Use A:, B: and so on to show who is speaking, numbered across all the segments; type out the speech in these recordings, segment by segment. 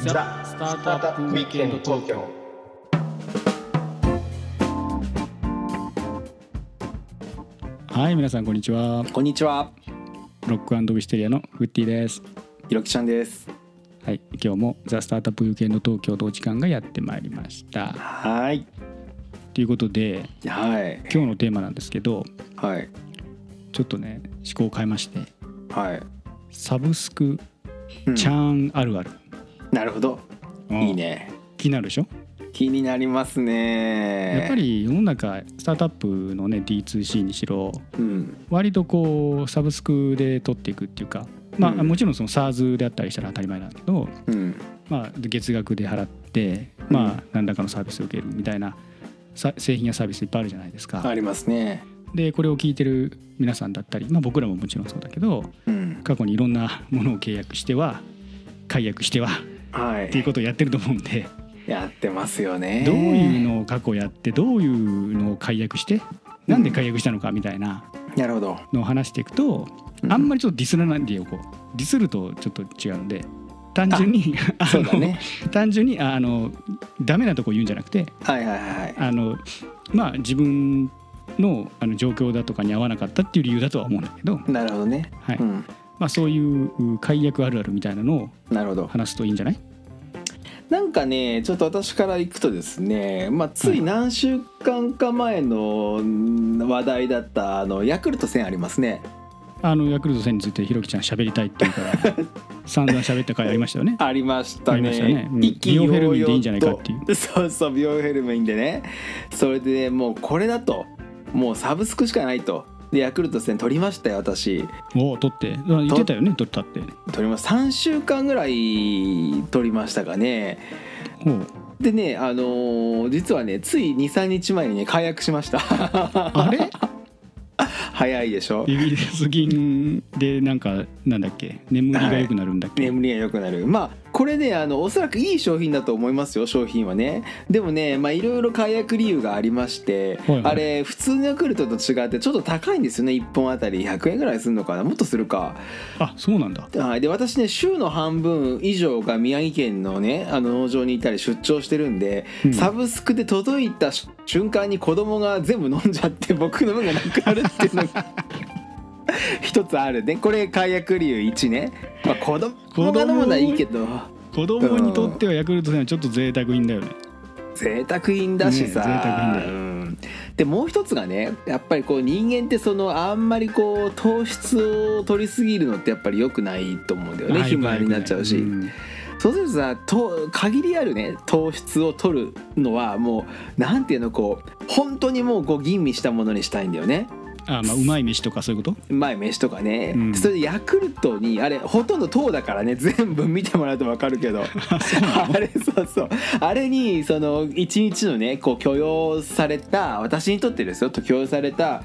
A: ザ・スタートアップウィークエンド東京
B: はい、皆さんこんにちは。
C: こんにちは、
B: ロックアンドウィステリアのフッティです。
C: ひろきちゃんです。
B: はい、今日もザスタートアップ有形の東京同時間がやってまいりました。
C: はい、
B: ということで、
C: はい、
B: 今日のテーマなんですけど、
C: はい、
B: ちょっとね、思考を変えまして、
C: はい。
B: サブスク
C: うん
B: チャーンあるある。
C: なるほど、
B: うん
C: いい。ね。
B: 気になるでしょ。
C: 気になりますね。
B: やっぱ、り世の中スタートアップのね D2C にしろ、
C: うん、
B: 割とこうサブスクで取っていくっていうか。まあ、
C: うん
B: もちろんその SARS であったりしたら当たり前なんだけど、
C: うん、
B: まあ、月額で払って、まあ、何らかのサービスを受けるみたいなさ製品やサービスいっぱいあるじゃないですか。
C: ありますね。
B: でこれを聞いてる皆さんだったり、まあ、僕らももちろんそうだけど
C: うん、
B: 過去にいろんな ものを契約しては解約しては
C: は
B: っていう
C: い。
B: ことをやってると思うんで、
C: やってますよね。
B: どういうのを過去やってどういうのを解約してなんで解約したのかみたいな
C: なるほど。
B: のを話していくと、
C: う
B: あんまりちょっとディスらないでよこうディスるとちょっと違うんで単純にあ
C: そう
B: の
C: だね。
B: 単純にああのダメなとこ言うんじゃなくて
C: はいはいはいはい。
B: あのまあ自分のあの状況だとかに合わなかったっていう理由だとは思うんだけど、
C: なるほどね。
B: はい
C: うん、
B: まあ、そういうう解約あるあるみたいなのを
C: なるほど。
B: 話すといいんじゃない
C: なんかねちょっと私からいくとですね、まあ、つい何週間か前のうん話題だったあのヤクルト1000ありますね
B: あのヤクルト1000についてひろきちゃん喋りたいっていう から散々喋った回ありましたよね。
C: ありました
B: ありま
C: ね
B: したねうん
C: 一気に
B: ビオフェルミンでいいんじゃないかっていう
C: うそうそうビオフェルミンでねそれで、もうこれだともうサブスクしかないとでヤクルト戦取りましたよ私
B: おお取ってだから言ってたよね取ったって。
C: 取りま3週間ぐらい取りましたかね
B: おう
C: でねあのー実はねつい23日前にね解約しました
B: あれ
C: 早いでしょ
B: イギリス銀でなんかなんだっけ眠りが良くなるんだっけ、
C: 眠りが良くなるまあこれねあのおそらくいい商品だと思いますよ商品はねでもねまあいろいろ解約理由がありまして、
B: はいはい
C: あれ普通のヤクルトと違ってちょっと高いんですよね1本あたり100円ぐらいするのかなもっとするか
B: あそうなんだ。
C: はいで私ね週の半分以上が宮城県のねあの農場にいたり出張してるんで、
B: うん
C: サブスクで届いた瞬間に子供が全部飲んじゃって僕の分がなくなるっていうの が一つあるねこれ解約理由1ね、まあ、子供が飲むのはいいけど
B: 子供にとってはヤクルト1000はちょっと贅沢品だよね。
C: 贅沢品だしさ、
B: ね贅沢品だよ
C: うんでもう一つがねやっぱりこう人間ってそのあんまりこう糖質を取りすぎるのってやっぱり良くないと思うんだよ
B: は
C: ね
B: い
C: 肥満になっちゃうし。
B: ん
C: そうするとさと限りあるね糖質を取るのはもうなんていうのこう本当にもうこう吟味したものにしたいんだよね
B: あまあうまい飯とかそういうこと
C: うまい飯とかね、
B: うん
C: それでヤクルトにあれほとんど糖だからね 全部見てもらうと分かる けどあれそうそうあれにその一日のねこう許容された私にとってですよと許容された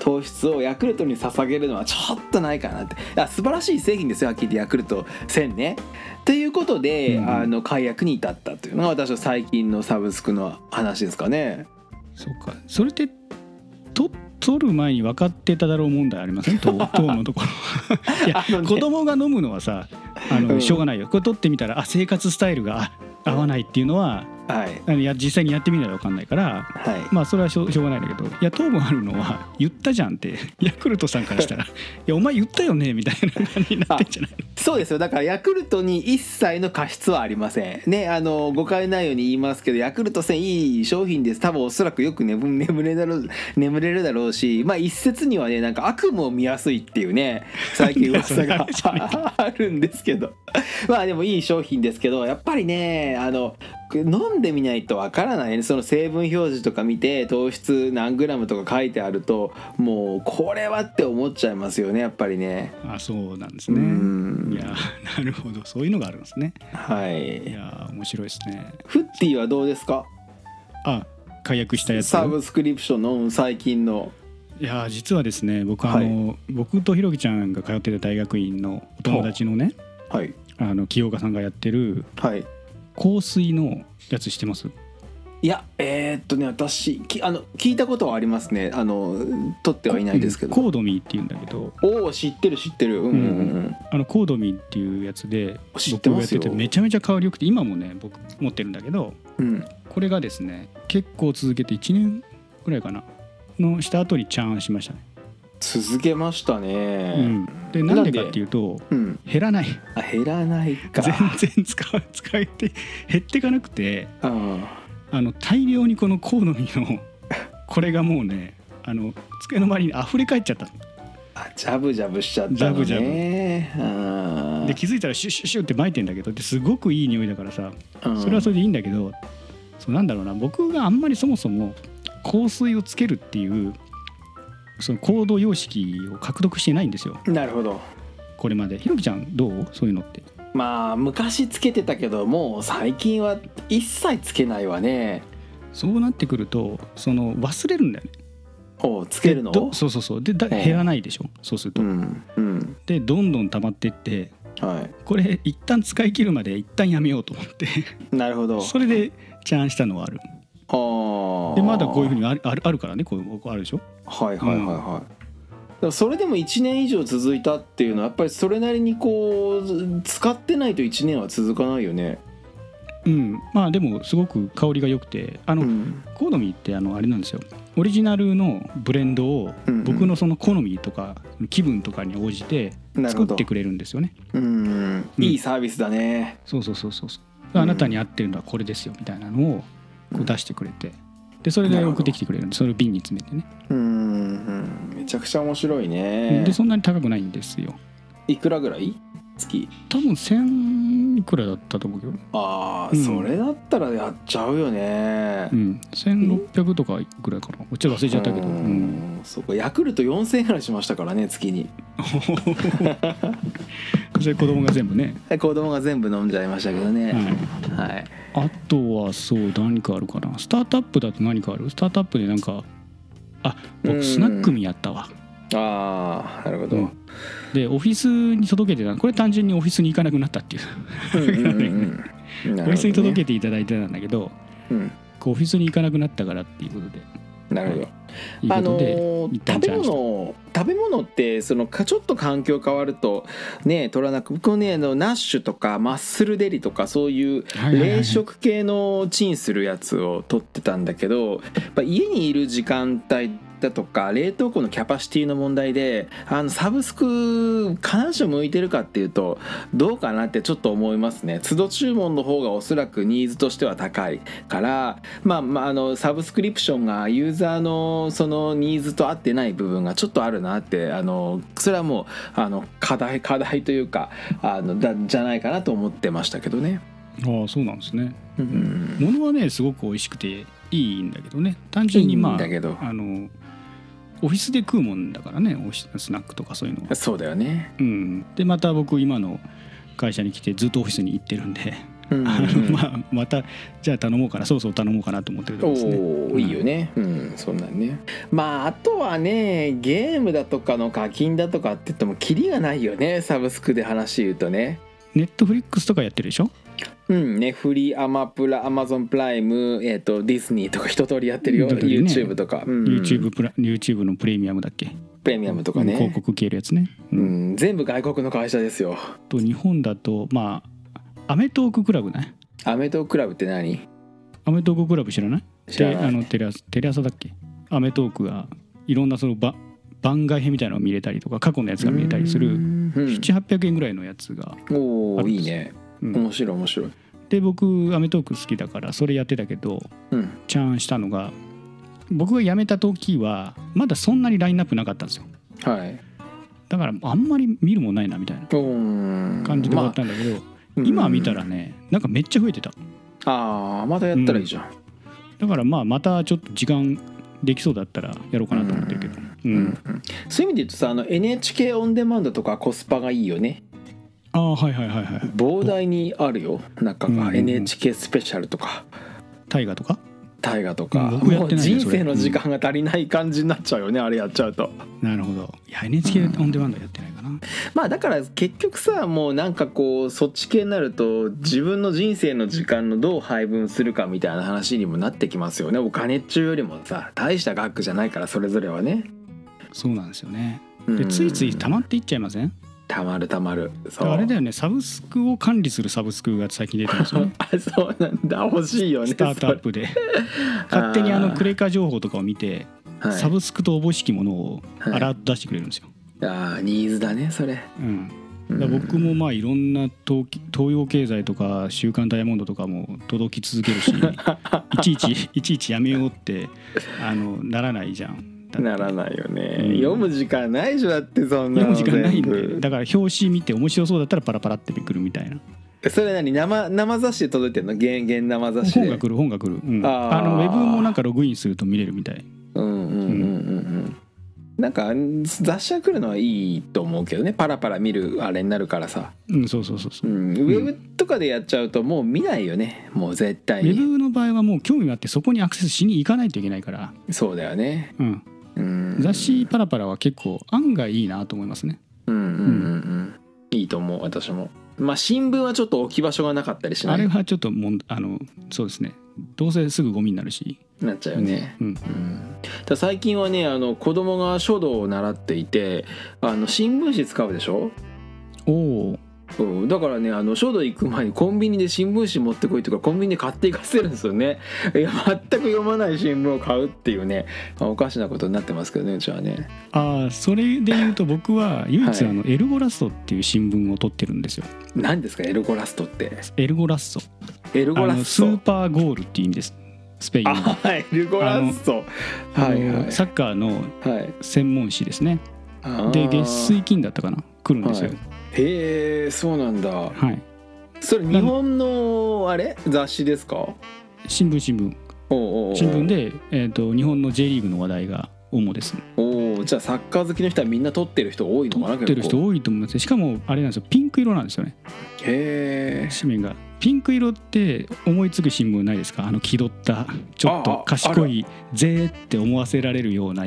C: 糖質をヤクルトに捧げるのはちょっとないかなってあ素晴らしい製品ですよはっきり言ってヤクルト1000ね。ということで、
B: うん
C: あの解約に至ったというのが私の最近のサブスクの話ですかね。
B: そうかそれってと取る前に分かってただろう問題ありません 糖糖のところいや
C: あのね
B: 子供が飲むのはさあ
C: う
B: の
C: ん
B: しょうがないよこれ取ってみたらあ生活スタイルがあ合わないっていうのは
C: はい、
B: あのいや実際にやってみないと分かんないから
C: はい
B: まあそれはしょうしょうがないんだけどいや糖分あるのは言ったじゃんって ヤクルトさんから したら「いやお前言ったよね」みたいな感じになってんじゃない
C: そうですよだからヤクルトに一切の過失はありませんねあの誤解ないように言いますけどヤクルト1000いい商品です多分おそらくよく眠 眠れるだろう眠れるだろうしまあ一説にはねなんか悪夢を見やすいっていうね最近噂
B: いや
C: が
B: それある
C: あるんですけどまあでもいい商品ですけどやっぱりねあの飲んでみないとわからないねその成分表示とか見て糖質何グラムとか書いてあるともうこれはって思っちゃいますよねやっぱりね。
B: あそうなんです
C: う
B: ね。
C: ん
B: いやなるほどそういうのがあるんですね。
C: はいい。
B: や面白いですね。
C: フッティはどうですか？
B: あ解約したやつ
C: サブスクリプションの最近の。
B: いやー実はですね僕あ
C: はい
B: の、僕とひろきちゃんが通ってた大学院のお友達のね
C: はい
B: あの清岡さんがやってる
C: はい。
B: 香水のやつしてます
C: いやえーっとね私きあの聞いたことはありますねあの取ってはいないですけど、
B: コードミーっていうんだけど
C: おお知ってる知ってるうんうんうん
B: あのコードミーっていうやつで
C: 知って
B: 僕が
C: ま
B: やっ
C: す
B: て
C: よ
B: てめちゃめちゃ香り良くて今もね僕持ってるんだけど
C: うん
B: これがですね結構続けて1年ぐらいかなのした後にチャーンしましたね、
C: 続けましたね
B: うん、でなんでかっていうと
C: うん
B: 減らない
C: あ減らないか
B: 全然使わ使えて減っていかなくて
C: うん
B: あの大量にこのコードミーのこれがもうねあの机の周りに溢れ返っちゃったの
C: あジャブジャブしちゃったのね
B: ジャブジ
C: ャ
B: で気づいたらシュッシュッシュッって巻いてんだけどですごくいい匂いだからさ
C: うん、
B: それはそれでいいんだけど、そうなんだろうな僕があんまりそもそも香水をつけるっていうその行動様式を獲得してないんですよ
C: なるほど
B: これまでひろきちゃんどうそういうのって
C: まあ昔つけてたけどもう最近は一切つけないわね
B: そうなってくるとその忘れるんだよね
C: おうつけるの
B: でどそうそうそうでだ
C: ん
B: 減らないでしょそうする
C: う
B: と、
C: んうん
B: でどんどん溜まってって
C: は
B: これ一旦使い切るまで一旦やめようと思って
C: いなるほど
B: それでチャーンしたのはある
C: ああ
B: でまだこういうふうにあるあるあるからねこうこうあるでしょ
C: はいはいはいはい、だからそれでも1年以上続いたっていうのはやっぱりそれなりにこう使ってないと1年は続かないよね
B: うんまあでもすごく香りが良くてあの、
C: うん
B: 好みってあのあれなんですよオリジナルのブレンドを
C: うんうん
B: 僕のその好みとか気分とかに応じて
C: なる
B: 作
C: ほ
B: っ
C: ど
B: てくれるんですよね
C: うん
B: うん
C: いいサービスだね、
B: そうそうそうそうそう
C: うん
B: あなたに合ってるのはこれですよみたいなのをこう出してくれてでそれ
C: な
B: で
C: るほど
B: 送ってきてくれるんでそれを瓶に詰めてね
C: うんうんめちゃくちゃ面白いね
B: でそんなに高くないんですよ
C: いくらぐらい月
B: 多分1000いくらだったと思うけど
C: ああ、
B: うん
C: それだったらやっちゃうよね
B: うん1600とかいくらいかなこっちは忘れちゃったけど
C: う
B: うん
C: んそうかヤクルト4000円ぐらいしましたからね月に
B: それ子供が全部ね
C: 子供が全部飲んじゃいましたけどね、
B: はい
C: はい
B: あとはそう何かあるかなスタートアップだと何かあるスタートアップでなんかあ
C: う
B: 僕
C: ん
B: スナックミやったわ、
C: ああなるほど、
B: うんでオフィスに届けてたこれ単純にオフィスに行かなくなったっていう
C: うんうん うん
B: オフィスに届け
C: け、
B: ていただいてたんだけど
C: うん、
B: こうオフィスに行かなくなったからっていうことで
C: なるほど、
B: いう
C: あ
B: こと
C: の
B: で、
C: ー
B: 一旦
C: 食べ
B: チャージ
C: 物食べ物ってそのかちょっと環境変わるとね取らなく僕もねあのナッシュとかマッスルデリとかそういう
B: はいはいはい
C: 冷食系のチンするやつを取ってたんだけどやっぱ家にいる時間帯だとか冷凍庫のキャパシティの問題であのサブスク必ずしも向いてるかっていうとどうかなってちょっと思いますね都度注文の方がおそらくニーズとしては高いから、まあ、まああのサブスクリプションがユーザーのそのニーズと合ってない部分がちょっとあるなってあのそれはもうあの課題課題というかあのだじゃないかなと思ってましたけどね。
B: ああそうなんですね
C: うん
B: 物はねすごく美味しくていいんだけどね単純に
C: いい
B: ま
C: ん
B: あ
C: だけど
B: あのオフィスで食うもんだからねオフィススナックとかそういうのは
C: そうだよね。
B: うん、でまた僕今の会社に来てずっとオフィスに行ってるんで、
C: うん
B: あのまあ、またじゃあ頼もうかなそろそろ頼もうかなと思ってるところですね
C: おーいいよね、うん、そんなんねまああとはねゲームだとかの課金だとかって言ってもキリがないよねサブスクで話言うとね
B: ネットフリックスとかやってるでしょ
C: うんねフリーアマプラアマゾンプライム、えー、とディズニーとか一通りやってるよ、
B: 一通りね
C: YouTube とか、うん、
B: YouTube, プラ YouTube のプレミアムだっけ、
C: プレミアムとか
B: うん広
C: ね、
B: 告系るやつね、う
C: うんん、全部外国の会社ですよ
B: と日本だとまあアメトーククラブね
C: アメトーークラブって何
B: アメトーククラブ知らない
C: 知ら
B: で
C: な
B: あ
C: い
B: のテレ朝テレ朝だっけアメトークがいろんなそのば番外編みたいなのを見れたりとか過去のやつが見れたりす
C: う
B: る
C: ん、
B: 7800円ぐらいのやつが、
C: お
B: あ
C: お
B: るん
C: い
B: です
C: いね
B: うん
C: 面白い面白い
B: で僕アメトーーク好きだからそれやってたけど
C: うん
B: チャーンしたのが僕が辞めた時はまだそんなにラインナップなかったんですよ
C: はい
B: だからあんまり見るもんないなみたいな感
C: 感
B: じで終わったんだけど、今見たらねなんかめっちゃ増えてた
C: ああまたやったらいいじゃん、
B: だからまあまたちょっと時間できそうだったらやろうかなと思ってるけどうん、
C: そういう意味で言うとさあの NHK オンデマンドとかコスパがいいよね
B: ああはいはいはいはい
C: 膨大にあるよ中
B: うんうん
C: が
B: うん
C: NHK スペシャルとか
B: 大河とか
C: 大河とか、
B: うん僕や
C: も
B: っ
C: う
B: てないよ
C: 人
B: それ
C: 生の時間が足りない感じになっちゃうよね、あれやっちゃうと
B: なるほどいや NHK オンデマンドやってないかな、
C: まあだから結局さもうなんかこうそっち系になると自分の人生の時間のどう配分するかみたいな話にもなってきますよねお金っちゅうよりもさ大した額じゃないからそれぞれはね、
B: そうなんですよね
C: うん
B: でついつい溜まっていっちゃいません
C: たまるたまるそう
B: あれだよねサブスクを管理するサブスクが最近出てますよね
C: あそうなんだ欲しいよね
B: スタートアップ で勝手にあのクレカ情報とかを見て
C: それはい
B: サブスクとおぼしきものをアラート出してくれるんですよ、
C: あーニーズだねそれ、
B: うん、
C: うん
B: だから僕もまあいろんな東東洋経済とか「週刊ダイヤモンド」とかも届き続ける しいちいちいちいちやめようってあのならないじゃん。だって
C: ならないよね、
B: うん
C: 読む時間ないでしょだってそんな
B: 読
C: の
B: む時間ないん
C: 全部
B: でだから表紙見て面白そうだったらパラパラってめくるみたいな
C: それ何生生雑誌で届いてんの原原生雑誌
B: 本が
C: で
B: 来る本が来る、うん、
C: あー
B: あのウェブもなんかログインすると見れるみたい
C: うんうんうんうんうんなんか雑誌が来るのはいいと思うけどねパラパラ見るあれになるからさ、
B: うんそうそうそうそうう、
C: ん、ウェブとかでやっちゃうともう見ないよねもう絶対
B: ウェ
C: に
B: ブの場合はもう興味があってそこにアクセスしに行かないといけないから、
C: そうだよね
B: うん、
C: うん
B: 雑誌パラパラは結構案外いいなと思いますね
C: うんうんうんうんいいと思う私もまあ新聞はちょっと置き場所がなかったりしな
B: あれ
C: い
B: はちょっともんあのそうですねどうせすぐゴミになるし
C: なっちゃうよね、
B: うん、
C: うんただ最近はねあの子供が書道を習っていてあの新聞紙使うでしょ
B: おお
C: うん、だからねあの書道行く前にコンビニで新聞紙持ってこいとかコンビニで買っていかせるんですよねいや全く読まない新聞を買うっていうねあおかしなことになってますけどねうちはね
B: ああそれで言うと僕は唯一
C: はい
B: あのエルゴラストっていう新聞を取ってるんですよ
C: 何ですかエルゴラストって
B: エルゴラスト
C: エルゴ
B: あ
C: ラ
B: の
C: ス
B: スー
C: ト
B: パーゴールっていう意味ですスペインの
C: あはいエルゴラストはい
B: あ
C: は
B: のサッカーの
C: いはい
B: 専門誌ですね
C: あー
B: で月水金だったかな来るんですよ
C: へえそうなんだ
B: はい、
C: それ日本のあれ雑誌ですかおう
B: 新聞新聞
C: おうおう
B: 新聞で、えー、と日本の J リーグの話題が主です
C: おうじゃあサッカー好きの人はみんな撮ってる人多いのかな
B: 撮ってる
C: 結
B: 人
C: 構
B: 多いと思いますしかもあれなんですよピンク色なんですよね
C: へえ
B: 紙面がピンク色って思いつく新聞ないですかあの気取ったちょっ
C: ああ
B: と賢いぜーって思わせられるような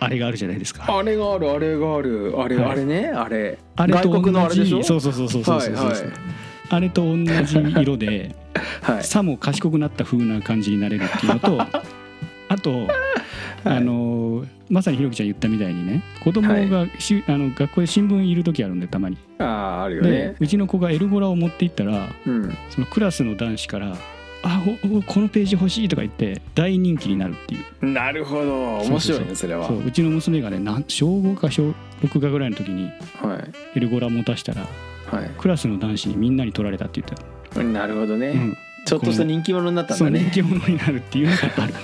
B: あれがあるじゃないですか
C: あれがあるあれがあるあれ、
B: はい
C: あれねあれ
B: あれと
C: 外
B: 同
C: 国のあれでしょ
B: じそうそうそうそうそうそうそう、
C: はいはい
B: あれと同じ色で、
C: はい
B: さも賢くなった風な感じになれるっていうの とあと、あのーまさにひろきちゃん言ったみたいにね子供がし、あの学校で新聞いる時あるんでたまに、
C: あああるよ
B: で
C: ね
B: うちの子がエルゴラを持って行ったら
C: うん
B: そのクラスの男子から「あおおこのページ欲しい」とか言って大人気になるっていう
C: なるほど面白いねそれは
B: そううちの娘がねなん小5か小6かぐらいの時に
C: はい
B: エルゴラ持たしたら
C: は
B: クラスの男子にみんなに取られたって言ってた、
C: いなるほどね、
B: うん、
C: ちょっとした人気者になったん
B: そ
C: だ
B: う人
C: ね
B: 気者になるっていうのがある、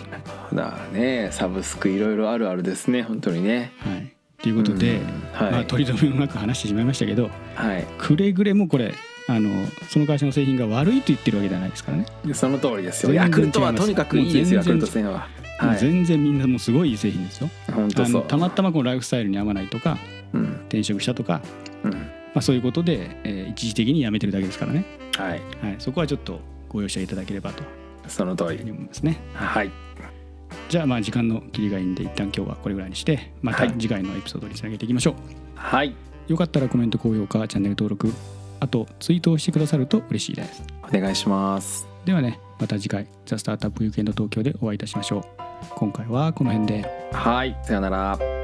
C: だねサブスクいろいろあるあるですね本当にね
B: はい、ということで、
C: うん
B: ま
C: は
B: あ、
C: い、
B: 取り留めもなく話してしまいましたけど
C: は
B: くれぐれもこれあのその会社の製品が悪いと言ってるわけじゃないですからね、
C: い、その通りですよ
B: 全然
C: ヤクルト
B: 違
C: は
B: いま
C: と
B: す
C: にかくいいですよヤ
B: もう全然
C: クルト戦ははい
B: 全然みんなもうすごいいい製品ですよ
C: 本当
B: あ
C: そ
B: の
C: う
B: たまたまこのライフスタイルに合わないとか
C: うん
B: 転職したとか、
C: うん
B: まあ、そういうことで、えー一時的に辞めてるだけですからね、
C: はい
B: はい、そこはちょっとご容赦いただければという
C: その通
B: ふう
C: り
B: に思いますね
C: はい
B: じゃあまあ時間の切りがいいんで一旦今日はこれぐらいにしてまた
C: はい
B: 次回のエピソードにつなげていきましょう、
C: はい
B: よかったらコメント高評価チャンネル登録あとツイートをしてくださると嬉しいです
C: お願いします
B: ではねまた次回「ザ・スタートアップ・ウィークエンド東京」でお会いいたしましょう今回はこの辺で
C: はいさよなら